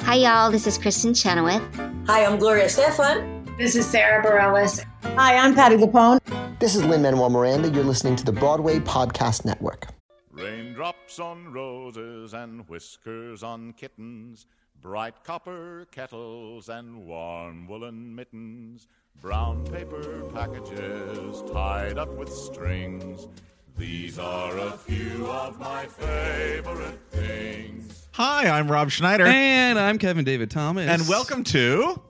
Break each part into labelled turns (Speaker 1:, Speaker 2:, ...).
Speaker 1: Hi, y'all. This is Kristen Chenoweth.
Speaker 2: Hi, I'm Gloria Stefan.
Speaker 3: This is Sarah Bareilles.
Speaker 4: Hi, I'm Patty Lapone.
Speaker 5: This is Lynn Manuel Miranda. You're listening to the Broadway Podcast Network.
Speaker 6: Raindrops on roses and whiskers on kittens, bright copper kettles and warm woolen mittens, brown paper packages tied up with strings. These are a few of my favorite things.
Speaker 7: Hi, I'm Rob Schneider.
Speaker 8: And I'm Kevin David Thomas.
Speaker 7: And welcome to.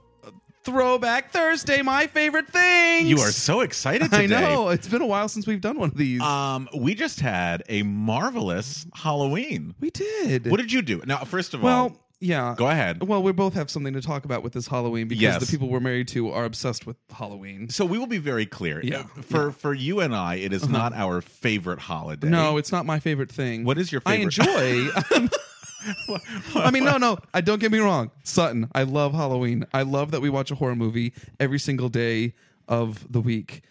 Speaker 8: Throwback Thursday, my favorite thing.
Speaker 7: You are so excited today.
Speaker 8: I know. It's been a while since we've done one of these.
Speaker 7: Um, we just had a marvelous Halloween.
Speaker 8: we did.
Speaker 7: What did you do? Now, first of
Speaker 8: well,
Speaker 7: all,
Speaker 8: yeah.
Speaker 7: go ahead.
Speaker 8: Well, we both have something to talk about with this Halloween because
Speaker 7: Yes.
Speaker 8: the people we're married to are obsessed with Halloween.
Speaker 7: So we will be very clear.
Speaker 8: Yeah. Uh-huh.
Speaker 7: For for you and I, it is not our favorite holiday.
Speaker 8: No, it's not my favorite thing.
Speaker 7: What is your
Speaker 8: I
Speaker 7: favorite-
Speaker 8: enjoy. um, I mean, no, no. I don't get me wrong, Sutton. I love Halloween. I love that we watch a horror movie every single day of the week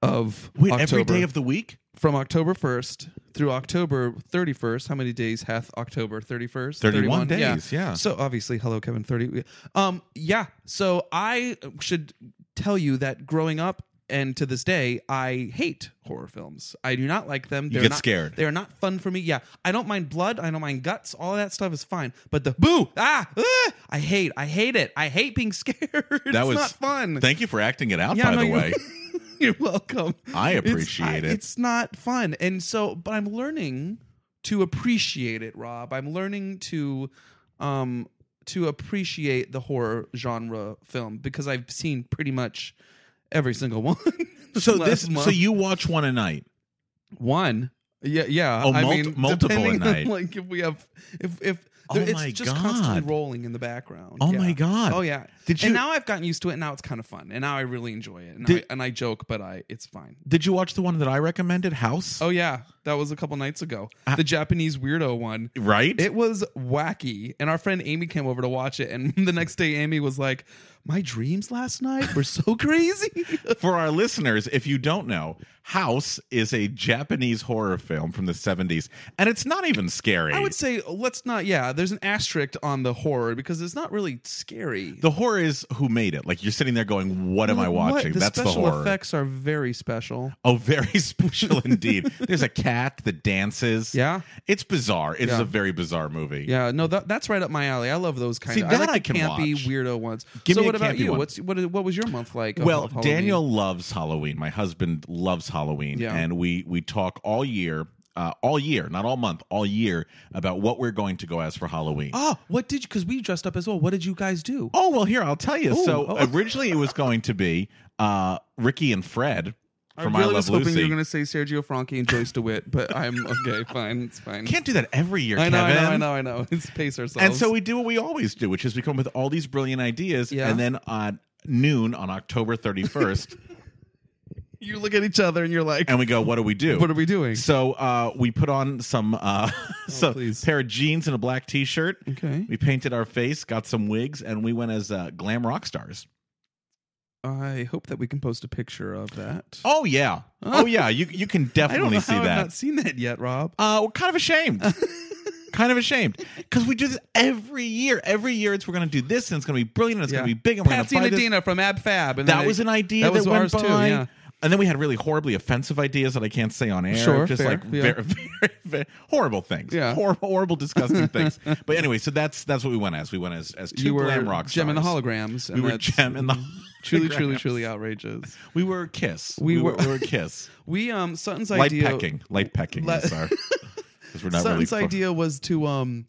Speaker 8: of
Speaker 7: Wait,
Speaker 8: October.
Speaker 7: every day of the week?
Speaker 8: from October 1st through October 31st. How many days hath October 31st?
Speaker 7: 31 days, yeah.
Speaker 8: So obviously, hello, Kevin 30. Um, yeah. So I should tell you that growing up and to this day, I hate horror films. I do not like them. They're
Speaker 7: get
Speaker 8: not,
Speaker 7: scared.
Speaker 8: They're not fun for me. Yeah. I don't mind blood. I don't mind guts. All that stuff is fine. But the boo, ah, ah, I hate. I hate it. I hate being scared. it's
Speaker 7: that was
Speaker 8: not fun.
Speaker 7: Thank you for acting it out,
Speaker 8: Yeah,
Speaker 7: by
Speaker 8: no,
Speaker 7: the
Speaker 8: you-
Speaker 7: way.
Speaker 8: You're welcome.
Speaker 7: I
Speaker 8: It's-
Speaker 7: appreciate
Speaker 8: I-
Speaker 7: it.
Speaker 8: It's not fun. And so, but I'm learning to appreciate it, Rob. I'm learning to um to appreciate the horror genre film because I've seen pretty much every single one.
Speaker 7: So
Speaker 8: last
Speaker 7: this
Speaker 8: month.
Speaker 7: so you watch one a night.
Speaker 8: one. Yeah, yeah.
Speaker 7: Oh,
Speaker 8: I
Speaker 7: mul-
Speaker 8: mean,
Speaker 7: multiple a
Speaker 8: depending
Speaker 7: night.
Speaker 8: On, like if we have, if if
Speaker 7: Oh
Speaker 8: there- it's
Speaker 7: my
Speaker 8: just constantly
Speaker 7: God.
Speaker 8: rolling in the background.
Speaker 7: Oh
Speaker 8: Yeah.
Speaker 7: my God.
Speaker 8: Oh yeah.
Speaker 7: Did you-
Speaker 8: And now I've gotten used to it. Now it's kind of fun, and now I really enjoy it. And,
Speaker 7: Did-
Speaker 8: I, and I joke, but I it's fine.
Speaker 7: Did you watch the one that I recommended, House?
Speaker 8: Oh yeah, that was a couple nights ago.
Speaker 7: Uh,
Speaker 8: the Japanese weirdo one.
Speaker 7: Right?
Speaker 8: It was wacky, and our friend Amy came over to watch it. And the next day, Amy was like, "My dreams last night were so crazy."
Speaker 7: For our listeners, if you don't know, House is a Japanese horror film from the 70s, and it's not even scary.
Speaker 8: I would say let's not. Yeah, there's an asterisk on the horror because it's not really scary.
Speaker 7: the horror is who made it. Like you're sitting there going, "What am I
Speaker 8: What?
Speaker 7: watching?"
Speaker 8: The
Speaker 7: That's the
Speaker 8: special
Speaker 7: horror.
Speaker 8: effects are very special.
Speaker 7: Oh, very special indeed. There's a cat that dances.
Speaker 8: Yeah.
Speaker 7: it's bizarre. It's
Speaker 8: Yeah.
Speaker 7: a very bizarre movie.
Speaker 8: Yeah, no, that, that's right up my alley. I love those kind
Speaker 7: See,
Speaker 8: of.
Speaker 7: that
Speaker 8: I like
Speaker 7: I
Speaker 8: the
Speaker 7: can
Speaker 8: campy
Speaker 7: watch.
Speaker 8: weirdo ones.
Speaker 7: Give
Speaker 8: so
Speaker 7: me a
Speaker 8: what about
Speaker 7: campy
Speaker 8: you?
Speaker 7: one.
Speaker 8: What's what? What was your month like? of-
Speaker 7: Well,
Speaker 8: of Halloween?
Speaker 7: Daniel loves Halloween. My husband loves Halloween,
Speaker 8: Yeah.
Speaker 7: and we we talk all year, uh, all year, not all month, all year about what we're going to go as for Halloween.
Speaker 8: Oh, what did you? Because we dressed up as well. What did you guys do?
Speaker 7: Oh well, here I'll tell you.
Speaker 8: Ooh,
Speaker 7: so
Speaker 8: oh.
Speaker 7: originally it was going to be uh, Ricky and Fred from
Speaker 8: I really
Speaker 7: I Love
Speaker 8: was
Speaker 7: Lucy.
Speaker 8: hoping you were going to say Sergio Franchi and Joyce DeWitt, but I'm okay. Fine, it's fine.
Speaker 7: Can't do that every year,
Speaker 8: I know,
Speaker 7: Kevin.
Speaker 8: I know, I know, I know. Let's pace ourselves.
Speaker 7: And so we do what we always do, which is we come up with all these brilliant ideas,
Speaker 8: Yeah.
Speaker 7: and then on noon on October thirty first,
Speaker 8: you look at each other and you're like,
Speaker 7: and we go, "What do we do?
Speaker 8: "What are we doing?"
Speaker 7: So uh, we put on some uh, some
Speaker 8: please.
Speaker 7: pair of jeans and a black T-shirt.
Speaker 8: Okay.
Speaker 7: We painted our face, got some wigs, and we went as uh, glam rock stars.
Speaker 8: I hope that we can post a picture of that.
Speaker 7: Oh yeah, oh yeah. You you can
Speaker 8: I don't
Speaker 7: definitely
Speaker 8: know
Speaker 7: see
Speaker 8: how
Speaker 7: that.
Speaker 8: I've not seen that yet, Rob.
Speaker 7: Uh, we're kind of ashamed. kind of ashamed because we do this every year. Every year, it's we're going to do this, and it's going to be brilliant, and it's going to be big, and we're going
Speaker 8: Patsy
Speaker 7: to buy this.
Speaker 8: Nadina from Ab Fab, and
Speaker 7: That
Speaker 8: then
Speaker 7: was
Speaker 8: I-
Speaker 7: an idea
Speaker 8: that
Speaker 7: that,
Speaker 8: was
Speaker 7: went
Speaker 8: ours
Speaker 7: by.
Speaker 8: too. Yeah.
Speaker 7: And then we had really horribly offensive ideas that I can't say on air.
Speaker 8: Sure,
Speaker 7: just
Speaker 8: fair,
Speaker 7: like
Speaker 8: yeah.
Speaker 7: very, very, very horrible things.
Speaker 8: Yeah.
Speaker 7: horrible, horrible, disgusting things. But anyway, so that's that's what we went as. We went as as two
Speaker 8: You were
Speaker 7: glam rock stars.
Speaker 8: Gem and the Holograms.
Speaker 7: We
Speaker 8: and
Speaker 7: were
Speaker 8: that's
Speaker 7: Gem and the
Speaker 8: Truly,
Speaker 7: Holograms.
Speaker 8: truly, truly outrageous.
Speaker 7: We were Kiss.
Speaker 8: We
Speaker 7: we
Speaker 8: were-
Speaker 7: were, we were Kiss.
Speaker 8: We um Sutton's
Speaker 7: Light
Speaker 8: idea
Speaker 7: pecking. Light pecking.
Speaker 8: Le-
Speaker 7: I'm sorry. 'Cause we're not really
Speaker 8: Sutton's
Speaker 7: fo-
Speaker 8: idea was to um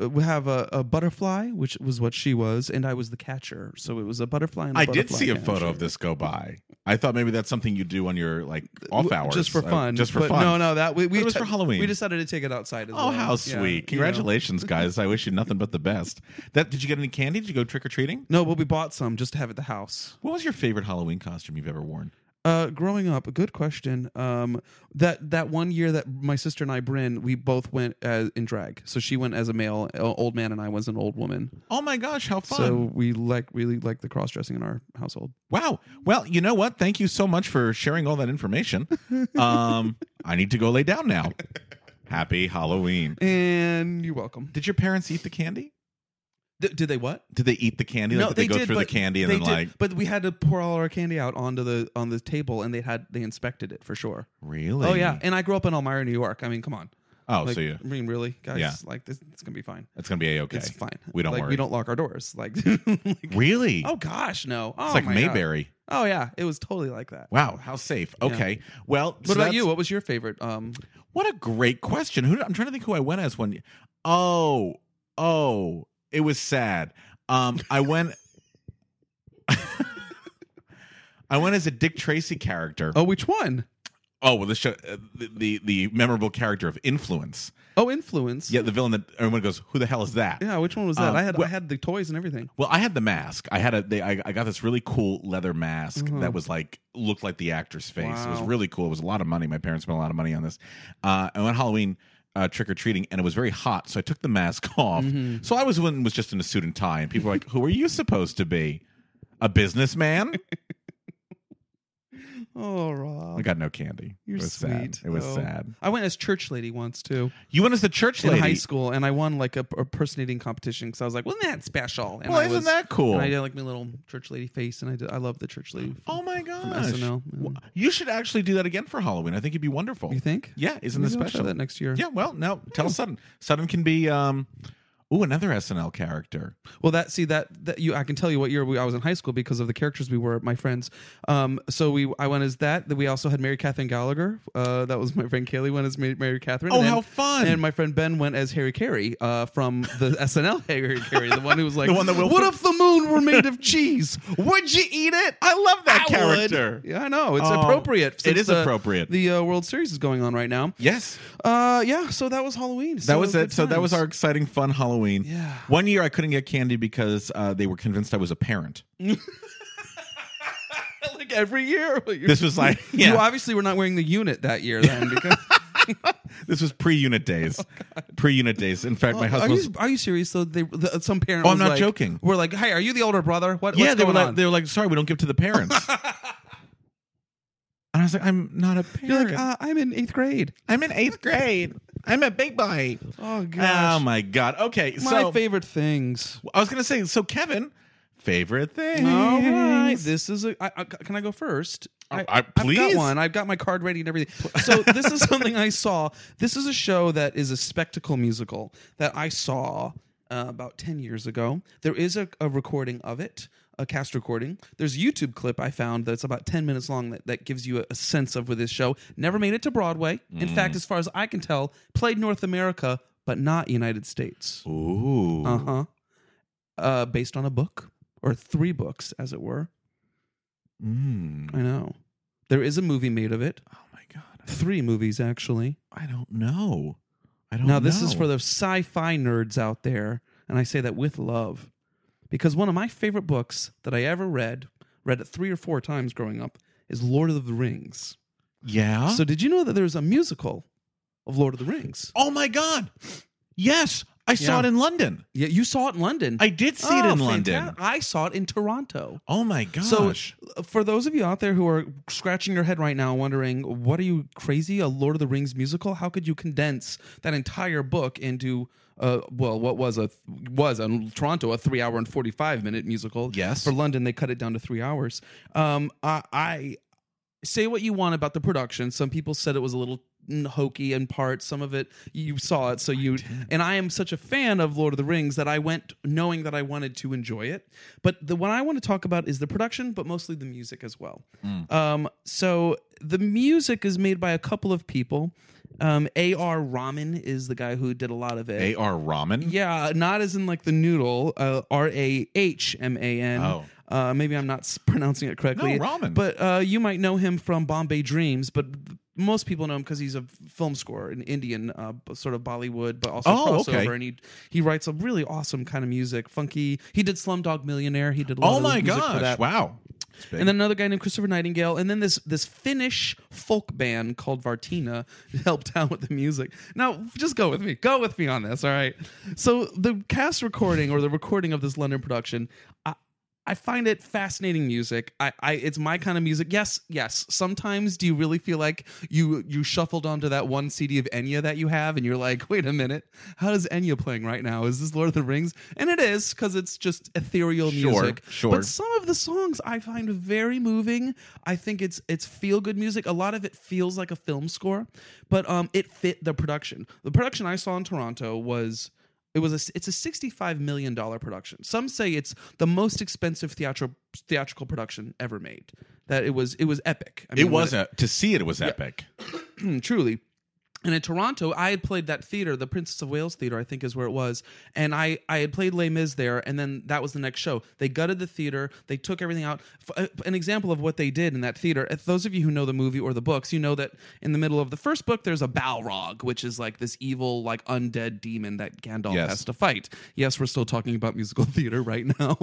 Speaker 8: uh, have a, a butterfly, which was what she was, and I was the catcher. So it was a butterfly. And a
Speaker 7: I did
Speaker 8: butterfly
Speaker 7: see a
Speaker 8: catcher.
Speaker 7: photo of this go by. I thought maybe that's something you do on your like off
Speaker 8: W-
Speaker 7: hours,
Speaker 8: just for
Speaker 7: uh,
Speaker 8: fun.
Speaker 7: just for
Speaker 8: but
Speaker 7: fun.
Speaker 8: No, no, that we, we
Speaker 7: it was
Speaker 8: t-
Speaker 7: for Halloween.
Speaker 8: We decided to take it outside. As
Speaker 7: Oh,
Speaker 8: well.
Speaker 7: how
Speaker 8: Yeah,
Speaker 7: sweet!
Speaker 8: you know.
Speaker 7: Congratulations, guys! I wish you nothing but the best. That did you get any candy? Did you go trick or treating?
Speaker 8: No, but we bought some just to have at the house.
Speaker 7: What was your favorite Halloween costume you've ever worn?
Speaker 8: Uh, growing up, good question. Um, that that one year that my sister and I, Bryn, we both went as, in drag. So she went as a male uh, old man, and I was an old woman.
Speaker 7: Oh my gosh, how fun!
Speaker 8: So we like really like the cross dressing in our household.
Speaker 7: wow. Well, you know what? Thank you so much for sharing all that information. Um, I need to go lay down now. Happy Halloween!
Speaker 8: And you're welcome.
Speaker 7: Did your parents eat the candy?
Speaker 8: Th- did they what?
Speaker 7: Did they eat the candy? Like, did they, go through the
Speaker 8: but
Speaker 7: candy and
Speaker 8: they
Speaker 7: then
Speaker 8: did-
Speaker 7: like
Speaker 8: But we had to pour all our candy out onto the on the table, and they had they inspected it for sure.
Speaker 7: really?
Speaker 8: Oh yeah, and I grew up in Elmira, New York. I mean, come on.
Speaker 7: oh,
Speaker 8: like,
Speaker 7: so you,
Speaker 8: I mean, really, guys?
Speaker 7: Yeah.
Speaker 8: Like this, it's gonna be fine.
Speaker 7: it's gonna be a okay.
Speaker 8: It's fine.
Speaker 7: We don't
Speaker 8: like,
Speaker 7: worry.
Speaker 8: We don't lock our doors. Like, like-
Speaker 7: Really?
Speaker 8: oh gosh, no. Oh,
Speaker 7: it's like
Speaker 8: my God.
Speaker 7: Mayberry.
Speaker 8: Oh yeah, it was totally like that.
Speaker 7: Wow, how safe. Okay. Well, so
Speaker 8: What about
Speaker 7: that's-
Speaker 8: you? What was your favorite? Um,
Speaker 7: What a great question. Who I'm trying to think who I went as one. Oh, oh, it was sad. Um, I went. I went as a Dick Tracy character.
Speaker 8: oh, which one?
Speaker 7: Oh, well, the show, uh, the, the the memorable character of influence.
Speaker 8: Oh, influence.
Speaker 7: Yeah, the villain that everyone goes, "Who the hell is that?"
Speaker 8: Yeah, which one was that?
Speaker 7: Um,
Speaker 8: I had
Speaker 7: well-
Speaker 8: I had the toys and everything.
Speaker 7: Well, I had the mask. I had a they, I, I got this really cool leather mask
Speaker 8: Uh-huh.
Speaker 7: that was like looked like the actor's face. It was
Speaker 8: Wow.
Speaker 7: really cool. It was a lot of money. My parents spent a lot of money on this. Uh, I went Halloween uh, trick or treating, and it was very hot, so I took the mask off.
Speaker 8: Mm-hmm.
Speaker 7: So I was one was just in a suit and tie, and people were like, "Who are you supposed to be? A businessman?"
Speaker 8: Oh, Rob,
Speaker 7: I got no candy.
Speaker 8: you're
Speaker 7: it was
Speaker 8: sweet.
Speaker 7: sad. It was
Speaker 8: though.
Speaker 7: sad.
Speaker 8: I went as church lady once too
Speaker 7: You went as the church lady.
Speaker 8: in high school, and I won like a, a personating competition because I was like, "Wasn't that special?" And
Speaker 7: Well,
Speaker 8: I
Speaker 7: isn't
Speaker 8: was-
Speaker 7: that cool?
Speaker 8: And I did like my little church lady face, and I did. I love the church lady.
Speaker 7: Oh my gosh!
Speaker 8: SNL.
Speaker 7: Well, You should actually do that again for Halloween. I think it'd be wonderful.
Speaker 8: You think?
Speaker 7: Yeah, isn't
Speaker 8: Maybe
Speaker 7: this
Speaker 8: I'll try
Speaker 7: special?
Speaker 8: that next year.
Speaker 7: Yeah, well, no, tell Sutton. Sutton can be um ooh, another SNL character.
Speaker 8: Well, that see that that you I can tell you what year we, I was in high school because of the characters we were, my friends. Um, so we I went as that. Then we also had Mary Catherine Gallagher. Uh, that was my friend Kaylee went as Ma- Mary Catherine.
Speaker 7: Oh,
Speaker 8: And
Speaker 7: how fun.
Speaker 8: And my friend Ben went as Harry Carey uh, from the SNL Harry Carey, the one who was like,
Speaker 7: The one that Will
Speaker 8: "What
Speaker 7: Ferrell-
Speaker 8: if the moon were made of cheese? Would you eat it?" I love
Speaker 7: that character.
Speaker 8: Yeah, I know it's
Speaker 7: Oh,
Speaker 8: appropriate.
Speaker 7: it
Speaker 8: since
Speaker 7: is
Speaker 8: the-
Speaker 7: appropriate.
Speaker 8: The uh, World Series is going on right now.
Speaker 7: Yes.
Speaker 8: Uh, yeah. So that was Halloween.
Speaker 7: That was it.
Speaker 8: good
Speaker 7: So that was
Speaker 8: times.
Speaker 7: our exciting fun Halloween.
Speaker 8: Yeah.
Speaker 7: One year I couldn't get candy because uh, they were convinced I was a parent.
Speaker 8: like every year.
Speaker 7: This was like
Speaker 8: You
Speaker 7: yeah,
Speaker 8: obviously were not wearing the unit that year then because
Speaker 7: this was pre-unit days. pre-unit days. In fact,
Speaker 8: Oh,
Speaker 7: my
Speaker 8: are
Speaker 7: husband was
Speaker 8: you are you serious? So they the, some parent
Speaker 7: Oh,
Speaker 8: was
Speaker 7: I'm not
Speaker 8: like,
Speaker 7: joking.
Speaker 8: We're like, "Hey, are you the older brother? What
Speaker 7: Yeah,
Speaker 8: what's
Speaker 7: they were
Speaker 8: going
Speaker 7: like
Speaker 8: on?"
Speaker 7: they were like sorry, we don't give to the parents. and I was like I'm not a parent.
Speaker 8: You're like, uh, "I'm in 8th grade."
Speaker 7: I'm in 8th grade. I'm a big boy.
Speaker 8: Oh
Speaker 7: Oh my god. Okay,
Speaker 8: My
Speaker 7: so
Speaker 8: favorite things.
Speaker 7: I was gonna say, so Kevin, favorite thing.
Speaker 8: All right. This is a I, I, can I go first?
Speaker 7: Oh, I-
Speaker 8: I've
Speaker 7: please.
Speaker 8: got one. I've got my card ready and everything. So this is something I saw. This is a show that is a spectacle musical that I saw uh, about ten years ago. There is a, a recording of it, a cast recording. There's a YouTube clip I found that's about ten minutes long that, that gives you a, a sense of where this show never made it to Broadway. In
Speaker 7: Mm.
Speaker 8: fact, as far as I can tell, played North America but not United States.
Speaker 7: Ooh.
Speaker 8: Uh huh. Uh, based on a book or three books, as it were.
Speaker 7: Mm.
Speaker 8: I know. There is a movie made of it.
Speaker 7: Oh my god.
Speaker 8: Three movies, actually.
Speaker 7: I don't know. I don't
Speaker 8: Now, this is
Speaker 7: know.
Speaker 8: for the sci fi nerds out there, and I say that with love because one of my favorite books that I ever read, read it three or four times growing up, is Lord of the Rings.
Speaker 7: Yeah.
Speaker 8: So, did you know that there's a musical of Lord of the Rings?
Speaker 7: oh my god. Yes. I saw
Speaker 8: Yeah.
Speaker 7: it in London.
Speaker 8: Yeah, you saw it in London.
Speaker 7: I did see it
Speaker 8: Oh,
Speaker 7: in London.
Speaker 8: fantastic. I saw it in Toronto.
Speaker 7: Oh my gosh.
Speaker 8: So, for those of you out there who are scratching your head right now, wondering, what are you crazy? A Lord of the Rings musical? How could you condense that entire book into, uh, well, what was a was in Toronto a three hour and forty five minute musical?
Speaker 7: Yes.
Speaker 8: For London, they cut it down to three hours. Um, I, I say what you want about the production. Some people said it was a little mm, hokey in parts. Some of it you saw it, so you. and I am such a fan of Lord of the Rings that I went knowing that I wanted to enjoy it. But the one I want to talk about is the production, but mostly the music as well. Um, so the music is made by a couple of people. Um, A.R. Rahman is the guy who did a lot of it.
Speaker 7: A.R. Ramen.
Speaker 8: Yeah, not as in like the noodle, uh, R A H M A N.
Speaker 7: Oh.
Speaker 8: Uh, maybe I'm not s- pronouncing it correctly.
Speaker 7: No, ramen.
Speaker 8: But uh, you might know him from Bombay Dreams, but most people know him because he's a film scorer, an Indian uh, b- sort of Bollywood, but also
Speaker 7: Oh,
Speaker 8: crossover.
Speaker 7: okay.
Speaker 8: And he he writes a really awesome kind of music, funky. He did Slumdog Millionaire. He did a lot
Speaker 7: Oh
Speaker 8: of
Speaker 7: my
Speaker 8: music for
Speaker 7: gosh.
Speaker 8: that.
Speaker 7: Wow. It's big.
Speaker 8: And then another guy named Christopher Nightingale, and then this this Finnish folk band called Vartina helped out with the music. Now, just go with me, go with me on this. All right. So the cast recording or the recording of this London production, I, I find it fascinating music. I, I it's my kind of music. Yes, yes. Sometimes do you really feel like you you shuffled onto that one CD of Enya that you have and you're like, "Wait a minute. How is Enya playing right now? Is this Lord of the Rings?" And it is cuz it's just ethereal
Speaker 7: Sure,
Speaker 8: music.
Speaker 7: sure.
Speaker 8: But some of the songs I find very moving. I think it's it's feel good music. A lot of it feels like a film score, but um it fit the production. The production I saw in Toronto was it was a it's a sixty five million dollar production. Some say it's the most expensive theatro, theatrical production ever made. That it was it was epic. I
Speaker 7: It
Speaker 8: mean, what
Speaker 7: was a, to see it. It was epic.
Speaker 8: Mm, truly. And in Toronto, I had played that theater, the Princess of Wales Theater, I think is where it was. And I, I had played Les Mis there, and then that was the next show. They gutted the theater, they took everything out. F- uh, an example of what they did in that theater, if those of you who know the movie or the books, you know that in the middle of the first book, there's a Balrog, which is like this evil, like undead demon that Gandalf
Speaker 7: Yes.
Speaker 8: has to fight. Yes, we're still talking about musical theater right now.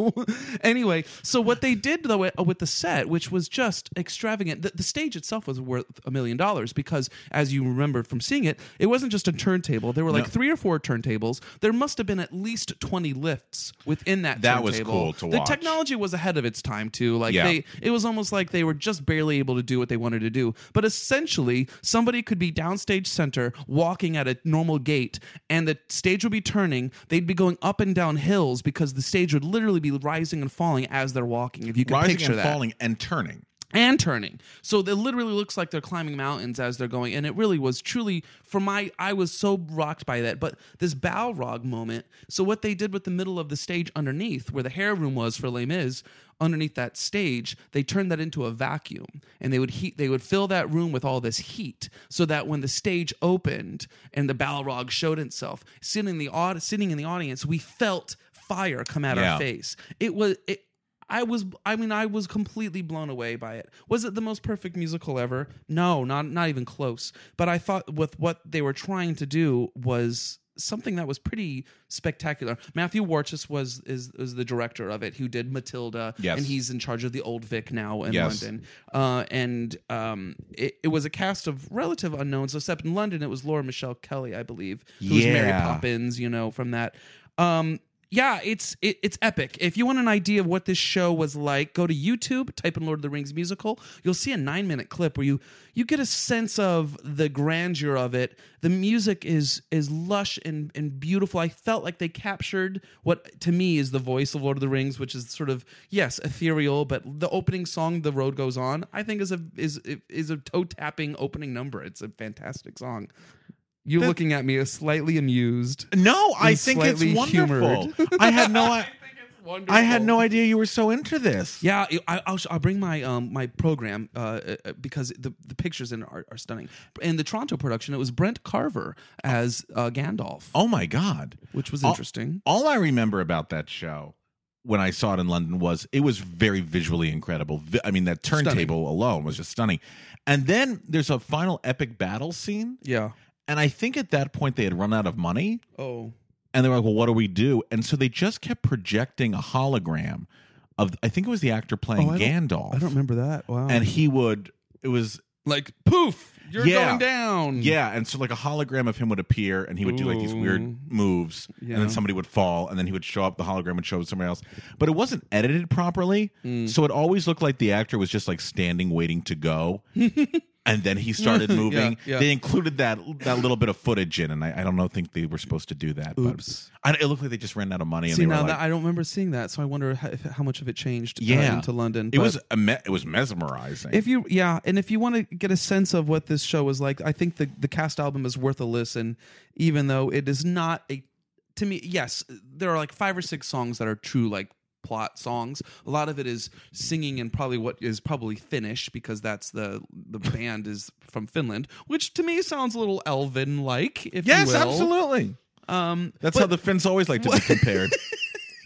Speaker 8: anyway, so what they did though uh, with the set, which was just extravagant, the, the stage itself was worth a million dollars because, as you remember from seeing it, it wasn't just a turntable. There were like three or four turntables. There must have been at least twenty lifts within that.
Speaker 7: That was
Speaker 8: turntable.
Speaker 7: cool to
Speaker 8: The
Speaker 7: watch.
Speaker 8: technology was ahead of its time too. Like
Speaker 7: Yeah.
Speaker 8: they, it was almost like they were just barely able to do what they wanted to do. But essentially, somebody could be downstage center walking at a normal gait, and the stage would be turning. They'd be going up and down hills because the stage would literally be rising and falling as they're walking. If you can
Speaker 7: Rising
Speaker 8: picture
Speaker 7: and
Speaker 8: that
Speaker 7: falling and turning.
Speaker 8: and turning. So it literally looks like they're climbing mountains as they're going. And it really was truly for my I was so rocked by that. But this Balrog moment. So what they did with the middle of the stage underneath, where the hair room was for Les Mis, underneath that stage, they turned that into a vacuum. And they would heat they would fill that room with all this heat so that when the stage opened and the Balrog showed itself, sitting in the aud- sitting in the audience, we felt fire come at
Speaker 7: Yeah.
Speaker 8: our face. It was it I was I mean I was completely blown away by it. Was it the most perfect musical ever? No, not not even close. But I thought with what they were trying to do was something that was pretty spectacular. Matthew Warchus was is, is the director of it who did Matilda
Speaker 7: Yes.
Speaker 8: and he's in charge of the Old Vic now in
Speaker 7: Yes.
Speaker 8: London. Uh, and um, it, it was a cast of relative unknowns except in London it was Laura Michelle Kelly I believe who was Mary
Speaker 7: Yeah.
Speaker 8: Poppins. Poppins, you know, from that. Um, yeah, it's it, it's epic. If you want an idea of what this show was like, go to YouTube, type in Lord of the Rings musical. You'll see a nine minute clip where you you get a sense of the grandeur of it. The music is is lush and and beautiful. I felt like they captured what to me is the voice of Lord of the Rings, which is sort of yes ethereal, but the opening song, "The Road Goes On," I think is a is is a toe tapping opening number. It's a fantastic song. You're looking at me as slightly amused.
Speaker 7: No, I
Speaker 8: And
Speaker 7: think it's
Speaker 8: slightly
Speaker 7: wonderful.
Speaker 8: humored.
Speaker 7: I had no. I,
Speaker 8: Wonderful.
Speaker 7: I had no idea you were so into this.
Speaker 8: Yeah, I- I, I'll, sh- I'll bring my um my program uh, uh, uh, because the the pictures in it are, are stunning. In the Toronto production, it was Brent Carver as uh, Gandalf,
Speaker 7: Oh my god.
Speaker 8: which was
Speaker 7: I'll-
Speaker 8: interesting.
Speaker 7: All I remember about that show when I saw it in London was it was very visually incredible. Vi- I mean, that turntable alone was just stunning. And then there's a final epic battle scene.
Speaker 8: yeah.
Speaker 7: And I think at that point they had run out of money
Speaker 8: Oh.
Speaker 7: and they were like, well, what do we do? And so they just kept projecting a hologram of, I think it was the actor playing
Speaker 8: Oh, I don't-
Speaker 7: Gandalf.
Speaker 8: I don't remember that. Wow.
Speaker 7: And he would, it was,
Speaker 8: like poof, you're
Speaker 7: Yeah.
Speaker 8: going down.
Speaker 7: yeah. And so like a hologram of him would appear and he would do like these
Speaker 8: Ooh.
Speaker 7: weird moves. And
Speaker 8: Yeah.
Speaker 7: then somebody would fall and then he would show up, the hologram would show up somewhere else. But it wasn't edited properly.
Speaker 8: Mm.
Speaker 7: So it always looked like the actor was just like standing waiting to go. And then he started moving.
Speaker 8: yeah.
Speaker 7: They included that that little bit of footage in, and I, I don't know. Think they were supposed to do that.
Speaker 8: Oops.
Speaker 7: But I, it looked like they just ran out of money. And
Speaker 8: See
Speaker 7: they were
Speaker 8: now
Speaker 7: like,
Speaker 8: that I don't remember seeing that, so I wonder how, if, how much of it changed. uh,
Speaker 7: yeah
Speaker 8: into London.
Speaker 7: It
Speaker 8: but-
Speaker 7: was a me- it was mesmerizing.
Speaker 8: If you yeah, and if you want to get a sense of what this show is like, I think the the cast album is worth a listen, even though it is not a to me, yes, there are like five or six songs that are true like plot songs. A lot of it is singing and probably what is probably Finnish because that's the the band is from Finland, which to me sounds a little elven like, if you
Speaker 7: yes,
Speaker 8: will.
Speaker 7: absolutely.
Speaker 8: Um
Speaker 7: That's
Speaker 8: but-
Speaker 7: how the Finns always like to be compared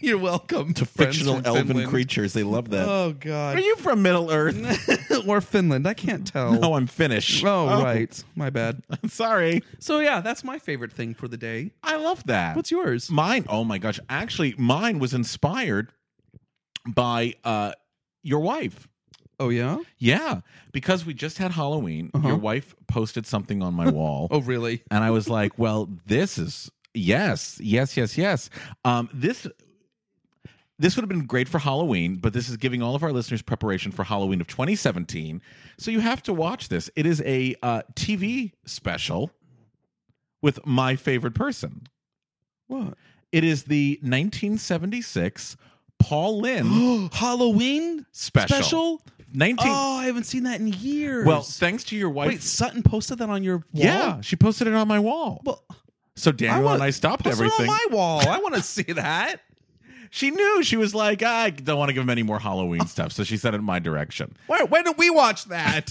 Speaker 8: you're welcome
Speaker 7: to
Speaker 8: friends
Speaker 7: fictional
Speaker 8: from
Speaker 7: elven
Speaker 8: Finland.
Speaker 7: creatures. They love that.
Speaker 8: Oh
Speaker 7: Are
Speaker 8: god.
Speaker 7: you from Middle Earth?
Speaker 8: or Finland, I can't tell.
Speaker 7: no, I'm Finnish.
Speaker 8: Oh, right. My bad.
Speaker 7: Sorry,
Speaker 8: So yeah, that's my favorite thing for the day.
Speaker 7: I love that.
Speaker 8: What's yours?
Speaker 7: Mine, oh my gosh. Actually, mine was inspired by uh your wife.
Speaker 8: Oh yeah.
Speaker 7: Yeah, because we just had Halloween. Your wife posted something on my wall.
Speaker 8: Oh really?
Speaker 7: And I was like, well, this is yes, yes, yes, yes. Um, this This would have been great for Halloween, but this is giving all of our listeners preparation for Halloween of 2017. So you have to watch this. It is a uh, TV special with my favorite person.
Speaker 8: What?
Speaker 7: It is the 1976 Paul Lynn
Speaker 8: Halloween
Speaker 7: special. 19.
Speaker 8: Oh, I haven't seen that in years.
Speaker 7: well, thanks to your wife.
Speaker 8: wait, Sutton posted that on your wall.
Speaker 7: yeah, she posted it on my wall.
Speaker 8: Well,
Speaker 7: so Daniel
Speaker 8: wanna-
Speaker 7: and I stopped
Speaker 8: post it
Speaker 7: everything.
Speaker 8: on my wall. I want to see that.
Speaker 7: she knew she was like, I don't want to give him any more Halloween stuff. So she sent it in my direction.
Speaker 8: Why? When did we watch that?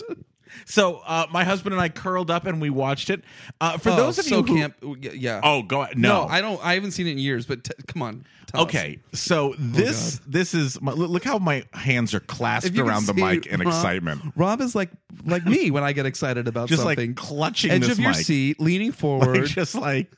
Speaker 7: So uh, my husband and I curled up and we watched it. Uh, for
Speaker 8: Oh,
Speaker 7: those of
Speaker 8: so
Speaker 7: you who,
Speaker 8: camp, yeah.
Speaker 7: oh, go no,
Speaker 8: I don't. I haven't seen it in years. But t- come on. tell us.
Speaker 7: Okay, so
Speaker 8: Oh,
Speaker 7: this this is my, look how my hands are
Speaker 8: If
Speaker 7: clasped
Speaker 8: you can
Speaker 7: around the
Speaker 8: see uh-huh.
Speaker 7: mic in
Speaker 8: Rob-
Speaker 7: excitement,
Speaker 8: Rob is like like me when I get excited about
Speaker 7: just
Speaker 8: something.
Speaker 7: like clutching
Speaker 8: Edge
Speaker 7: this
Speaker 8: of your
Speaker 7: mic.
Speaker 8: seat, leaning
Speaker 7: Like,
Speaker 8: forward.
Speaker 7: just like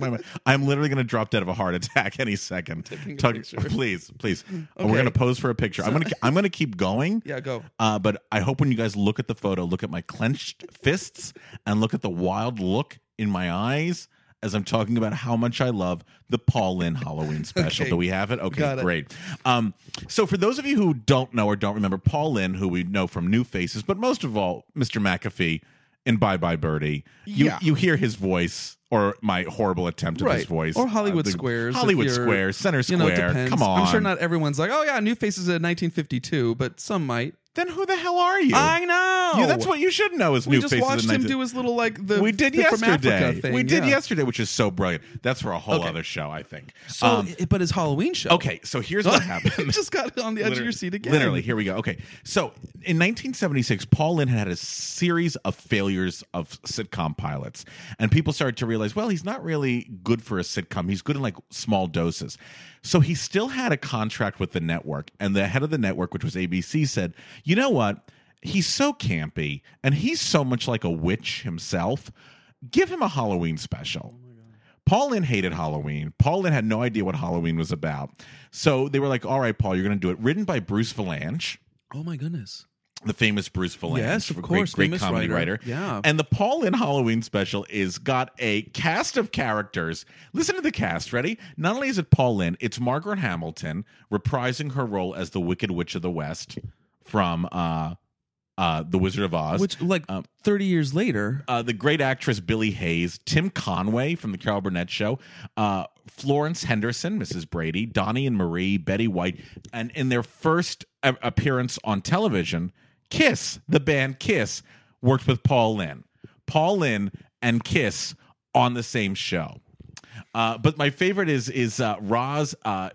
Speaker 7: my mic. I'm literally going to drop dead of a heart attack any second.
Speaker 8: Taking a
Speaker 7: Tug-
Speaker 8: picture.
Speaker 7: please, please. Uh, We're
Speaker 8: Okay.
Speaker 7: going to pose for a picture. I'm going to I'm going to keep going.
Speaker 8: Yeah, go.
Speaker 7: Uh, but I hope when you guys look at the photo, look at my clenched fists and look at the wild look in my eyes as I'm talking about how much I love the Paul Lynn Halloween special.
Speaker 8: Okay.
Speaker 7: Do we have it? Okay,
Speaker 8: Got it.
Speaker 7: great. Um, so for those of you who don't know or don't remember, Paul Lynn, who we know from New Faces, but most of all, Mr. McAfee in Bye Bye Birdie, you,
Speaker 8: Yeah.
Speaker 7: you hear his voice or my horrible attempt at his
Speaker 8: Right.
Speaker 7: voice. Uh,
Speaker 8: Or Hollywood
Speaker 7: the-
Speaker 8: Squares, if
Speaker 7: Hollywood
Speaker 8: you're-
Speaker 7: Squares, Center
Speaker 8: You
Speaker 7: Square.
Speaker 8: know, it depends.
Speaker 7: Come on.
Speaker 8: I'm sure not everyone's like, oh yeah, New Faces in 1952, but some might.
Speaker 7: Then who the hell are you?
Speaker 8: I know.
Speaker 7: Yeah, that's what you should know is
Speaker 8: we
Speaker 7: new
Speaker 8: just
Speaker 7: faces in
Speaker 8: watched him
Speaker 7: 19
Speaker 8: do his little like the
Speaker 7: we did
Speaker 8: the from Africa
Speaker 7: yesterday.
Speaker 8: thing,
Speaker 7: we did
Speaker 8: yeah.
Speaker 7: yesterday, which is so brilliant. That's for a whole
Speaker 8: Okay.
Speaker 7: other show, I think.
Speaker 8: So,
Speaker 7: Um,
Speaker 8: but his Halloween show.
Speaker 7: okay, so here's what happened.
Speaker 8: just got on the edge of your seat again.
Speaker 7: Literally, here we go. Okay, so in 1976, Paul Lynn had had a series of failures of sitcom pilots, and people started to realize, well, he's not really good for a sitcom. He's good in like small doses. So he still had a contract with the network, and the head of the network, which was ABC, said, "You know what? He's so campy, and he's so much like a witch himself. Give him a Halloween special." Paul Lynn hated Halloween. Paul Lynn had no idea what Halloween was about. So they were like, all right, Paul, you're going to do it. Written by Bruce Valanche,
Speaker 8: Oh my goodness.
Speaker 7: the famous Bruce Valanche.
Speaker 8: Yes, of
Speaker 7: great-
Speaker 8: course,
Speaker 7: Great,
Speaker 8: famous
Speaker 7: comedy writer.
Speaker 8: writer. Yeah.
Speaker 7: And the Paul Lynn Halloween special is got a cast of characters. Listen to the cast. Ready? Not only is it Paul Lynn, it's Margaret Hamilton reprising her role as the Wicked Witch of the West from uh, uh, The Wizard of Oz.
Speaker 8: Which like
Speaker 7: Um,
Speaker 8: 30 years later.
Speaker 7: uh, the great actress Billy Hayes, Tim Conway from the Carol Burnett Show, uh, Florence Henderson, Mrs. Brady, Donnie and Marie, Betty White, and in their first a- appearance on television, Kiss, the band Kiss, worked with Paul Lynn. Paul Lynn and Kiss on the same show. Uh, but my favorite is is uh, Roz uh,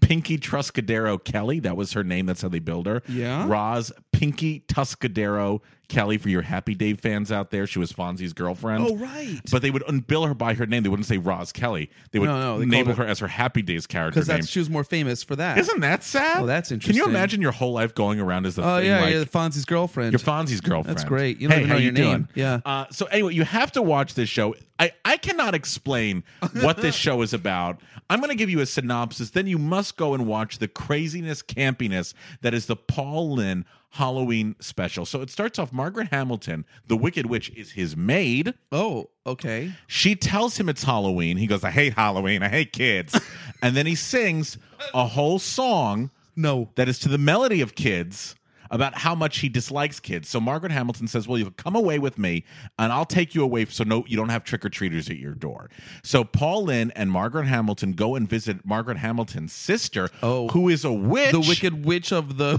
Speaker 7: Pinky Truscadero Kelly. That was her name. That's how they build her.
Speaker 8: Yeah.
Speaker 7: Roz Pinky Tuscadero Kelly for your Happy Dave fans out there. She was Fonzie's girlfriend.
Speaker 8: Oh, right.
Speaker 7: But they would bill her by her name. They wouldn't say Roz Kelly. They would
Speaker 8: No, no, they
Speaker 7: label
Speaker 8: called
Speaker 7: her
Speaker 8: her-
Speaker 7: as her Happy Days character
Speaker 8: Because
Speaker 7: name.
Speaker 8: that's she was more famous for that.
Speaker 7: Isn't that sad?
Speaker 8: Oh, that's
Speaker 7: Can
Speaker 8: interesting.
Speaker 7: you imagine your whole life going around as the
Speaker 8: Oh
Speaker 7: thing
Speaker 8: yeah,
Speaker 7: like,
Speaker 8: yeah, Fonzie's girlfriend.
Speaker 7: your Fonzie's girlfriend.
Speaker 8: great. You don't
Speaker 7: hey,
Speaker 8: even
Speaker 7: how
Speaker 8: know
Speaker 7: you
Speaker 8: your name.
Speaker 7: doing?
Speaker 8: Yeah.
Speaker 7: Uh, so anyway, you have to watch this show. I, I cannot explain what this show is about. I'm going to give you a synopsis. Then you must go and watch the craziness, campiness that is the Paul Lynn Halloween special. So it starts off. Margaret Hamilton, the Wicked Witch, is his maid.
Speaker 8: oh, okay.
Speaker 7: She tells him it's Halloween. He goes, "I hate Halloween. I hate kids." and then he sings a whole song
Speaker 8: No.
Speaker 7: that is to the melody of kids about how much he dislikes kids. So Margaret Hamilton says, "Well, you come away with me, and I'll take you away, so no, you don't have trick or treaters at your door." So Paul Lynn and Margaret Hamilton go and visit Margaret Hamilton's sister,
Speaker 8: Oh.
Speaker 7: who is a witch.
Speaker 8: The Wicked Witch of the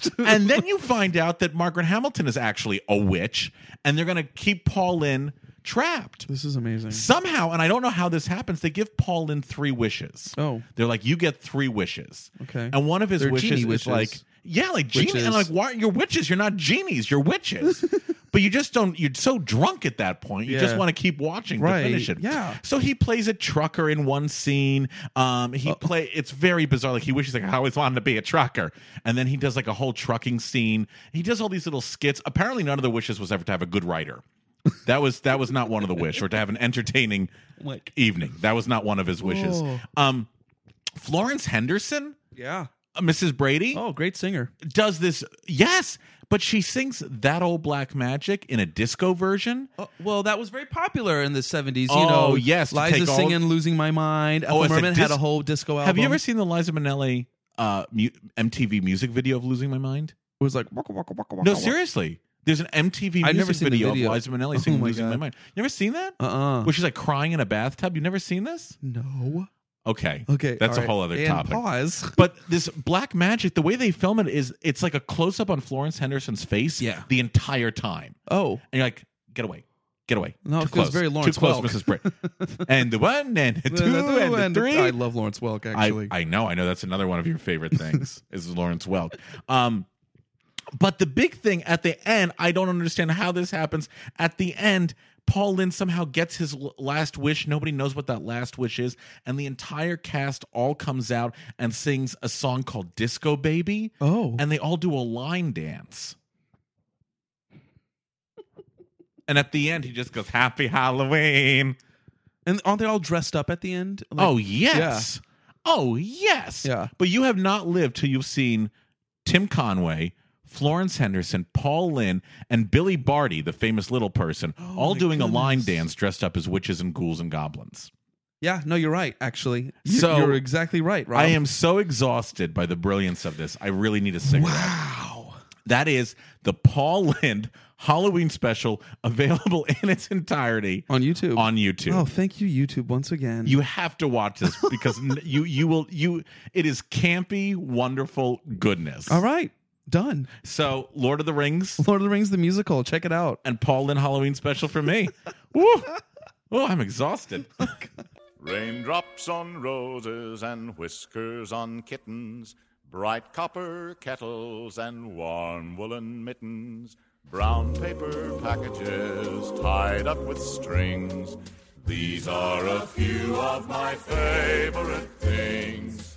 Speaker 8: East.
Speaker 7: and then you find out that Margaret Hamilton is actually a witch, and they're going to keep Paul Lynn trapped
Speaker 8: this is amazing.
Speaker 7: somehow, and I don't know how this happens, they give Paul Lynn three wishes.
Speaker 8: Oh.
Speaker 7: They're like, you get three wishes.
Speaker 8: Okay.
Speaker 7: And one of his
Speaker 8: They're
Speaker 7: wishes
Speaker 8: genie
Speaker 7: is
Speaker 8: wishes.
Speaker 7: like, yeah, like genie.
Speaker 8: Witches.
Speaker 7: And like, why you're witches? You're not genies. You're witches. but you just don't. You're so drunk at that point. You just
Speaker 8: Yeah.
Speaker 7: want to keep watching
Speaker 8: Right.
Speaker 7: to finish it.
Speaker 8: Yeah.
Speaker 7: So he plays a trucker in one scene. Um, he play. It's very bizarre. Like he wishes like I always wanted to be a trucker, and then he does like a whole trucking scene. He does all these little skits. Apparently, none of the wishes was ever to have a good writer. That was that was not one of the wish, or to have an entertaining
Speaker 8: Like-
Speaker 7: evening. That was not one of his wishes.
Speaker 8: Oh.
Speaker 7: Um, Florence Henderson
Speaker 8: Yeah.
Speaker 7: Mrs. Brady
Speaker 8: Oh, great singer.
Speaker 7: does this. Yes, but she sings that old black magic in a disco version.
Speaker 8: Oh, well, that was very popular in the 70s. You
Speaker 7: Oh,
Speaker 8: know,
Speaker 7: yes, to
Speaker 8: Liza
Speaker 7: take all-
Speaker 8: singing Losing My Mind. Ethel
Speaker 7: Oh, it's a
Speaker 8: Merman had
Speaker 7: dis-
Speaker 8: a whole disco album.
Speaker 7: Have you ever seen the Liza Minnelli uh, mu- MTV music video of "Losing My Mind"?
Speaker 8: It was like, waka, waka, waka, waka,
Speaker 7: No,
Speaker 8: waka.
Speaker 7: seriously. There's an MTV
Speaker 8: I've
Speaker 7: music
Speaker 8: never seen the
Speaker 7: video,
Speaker 8: video.
Speaker 7: of Liza Minnelli
Speaker 8: Oh
Speaker 7: singing
Speaker 8: my
Speaker 7: "Losing
Speaker 8: God.
Speaker 7: My Mind." You never seen that?
Speaker 8: Uh-uh.
Speaker 7: Where she's like crying in a bathtub. You never seen this?
Speaker 8: no.
Speaker 7: Okay,
Speaker 8: Okay.
Speaker 7: that's
Speaker 8: all
Speaker 7: a
Speaker 8: right.
Speaker 7: whole other
Speaker 8: And
Speaker 7: topic.
Speaker 8: pause.
Speaker 7: But this black magic, the way they film it is, it's like a close up on Florence Henderson's face,
Speaker 8: Yeah.
Speaker 7: the entire time,
Speaker 8: Oh,
Speaker 7: and you're like, "Get away, get away."
Speaker 8: No,
Speaker 7: Too
Speaker 8: it feels
Speaker 7: close.
Speaker 8: very
Speaker 7: Too
Speaker 8: Lawrence
Speaker 7: close,
Speaker 8: Welk."
Speaker 7: Mrs. Britt. and the one, and the two, and the three.
Speaker 8: Uh, I love Lawrence Welk,
Speaker 7: I,
Speaker 8: actually.
Speaker 7: I know, I know. That's another one of your favorite things is Lawrence Welk. Um, but the big thing at the end, I don't understand how this happens. At the end, Paul Lynn somehow gets his l- last wish. Nobody knows what that last wish is, and the entire cast all comes out and sings a song called "Disco Baby,"
Speaker 8: oh.
Speaker 7: and they all do a line dance. And at the end, he just goes, "Happy Halloween."
Speaker 8: And aren't they all dressed up at the end? Like-
Speaker 7: oh yes. Oh yes.
Speaker 8: Yeah.
Speaker 7: But you have not lived till you've seen Tim Conway, Florence Henderson, Paul Lynn, and Billy Barty, the famous little person, all
Speaker 8: Oh my
Speaker 7: doing a line
Speaker 8: goodness.
Speaker 7: dance dressed up as witches and ghouls and goblins.
Speaker 8: Yeah, no, you're right, actually. You-
Speaker 7: So-
Speaker 8: you're exactly right, Rob.
Speaker 7: I am so exhausted by the brilliance of this. I really need a cigarette. Wow. That is the Paul Lind Halloween special available in its entirety
Speaker 8: on YouTube.
Speaker 7: on YouTube.
Speaker 8: Oh, thank you, YouTube, once again.
Speaker 7: You have to watch this because n- you you will you it is campy, wonderful goodness.
Speaker 8: all right, done.
Speaker 7: So Lord of the Rings
Speaker 8: Lord of the Rings the musical. Check it out.
Speaker 7: and Paul Lynn Halloween special for me. Woo! Oh, I'm exhausted.
Speaker 6: Raindrops on roses and whiskers on kittens, bright copper kettles and warm woolen mittens, brown paper packages tied up with strings. These are a few of my favorite things.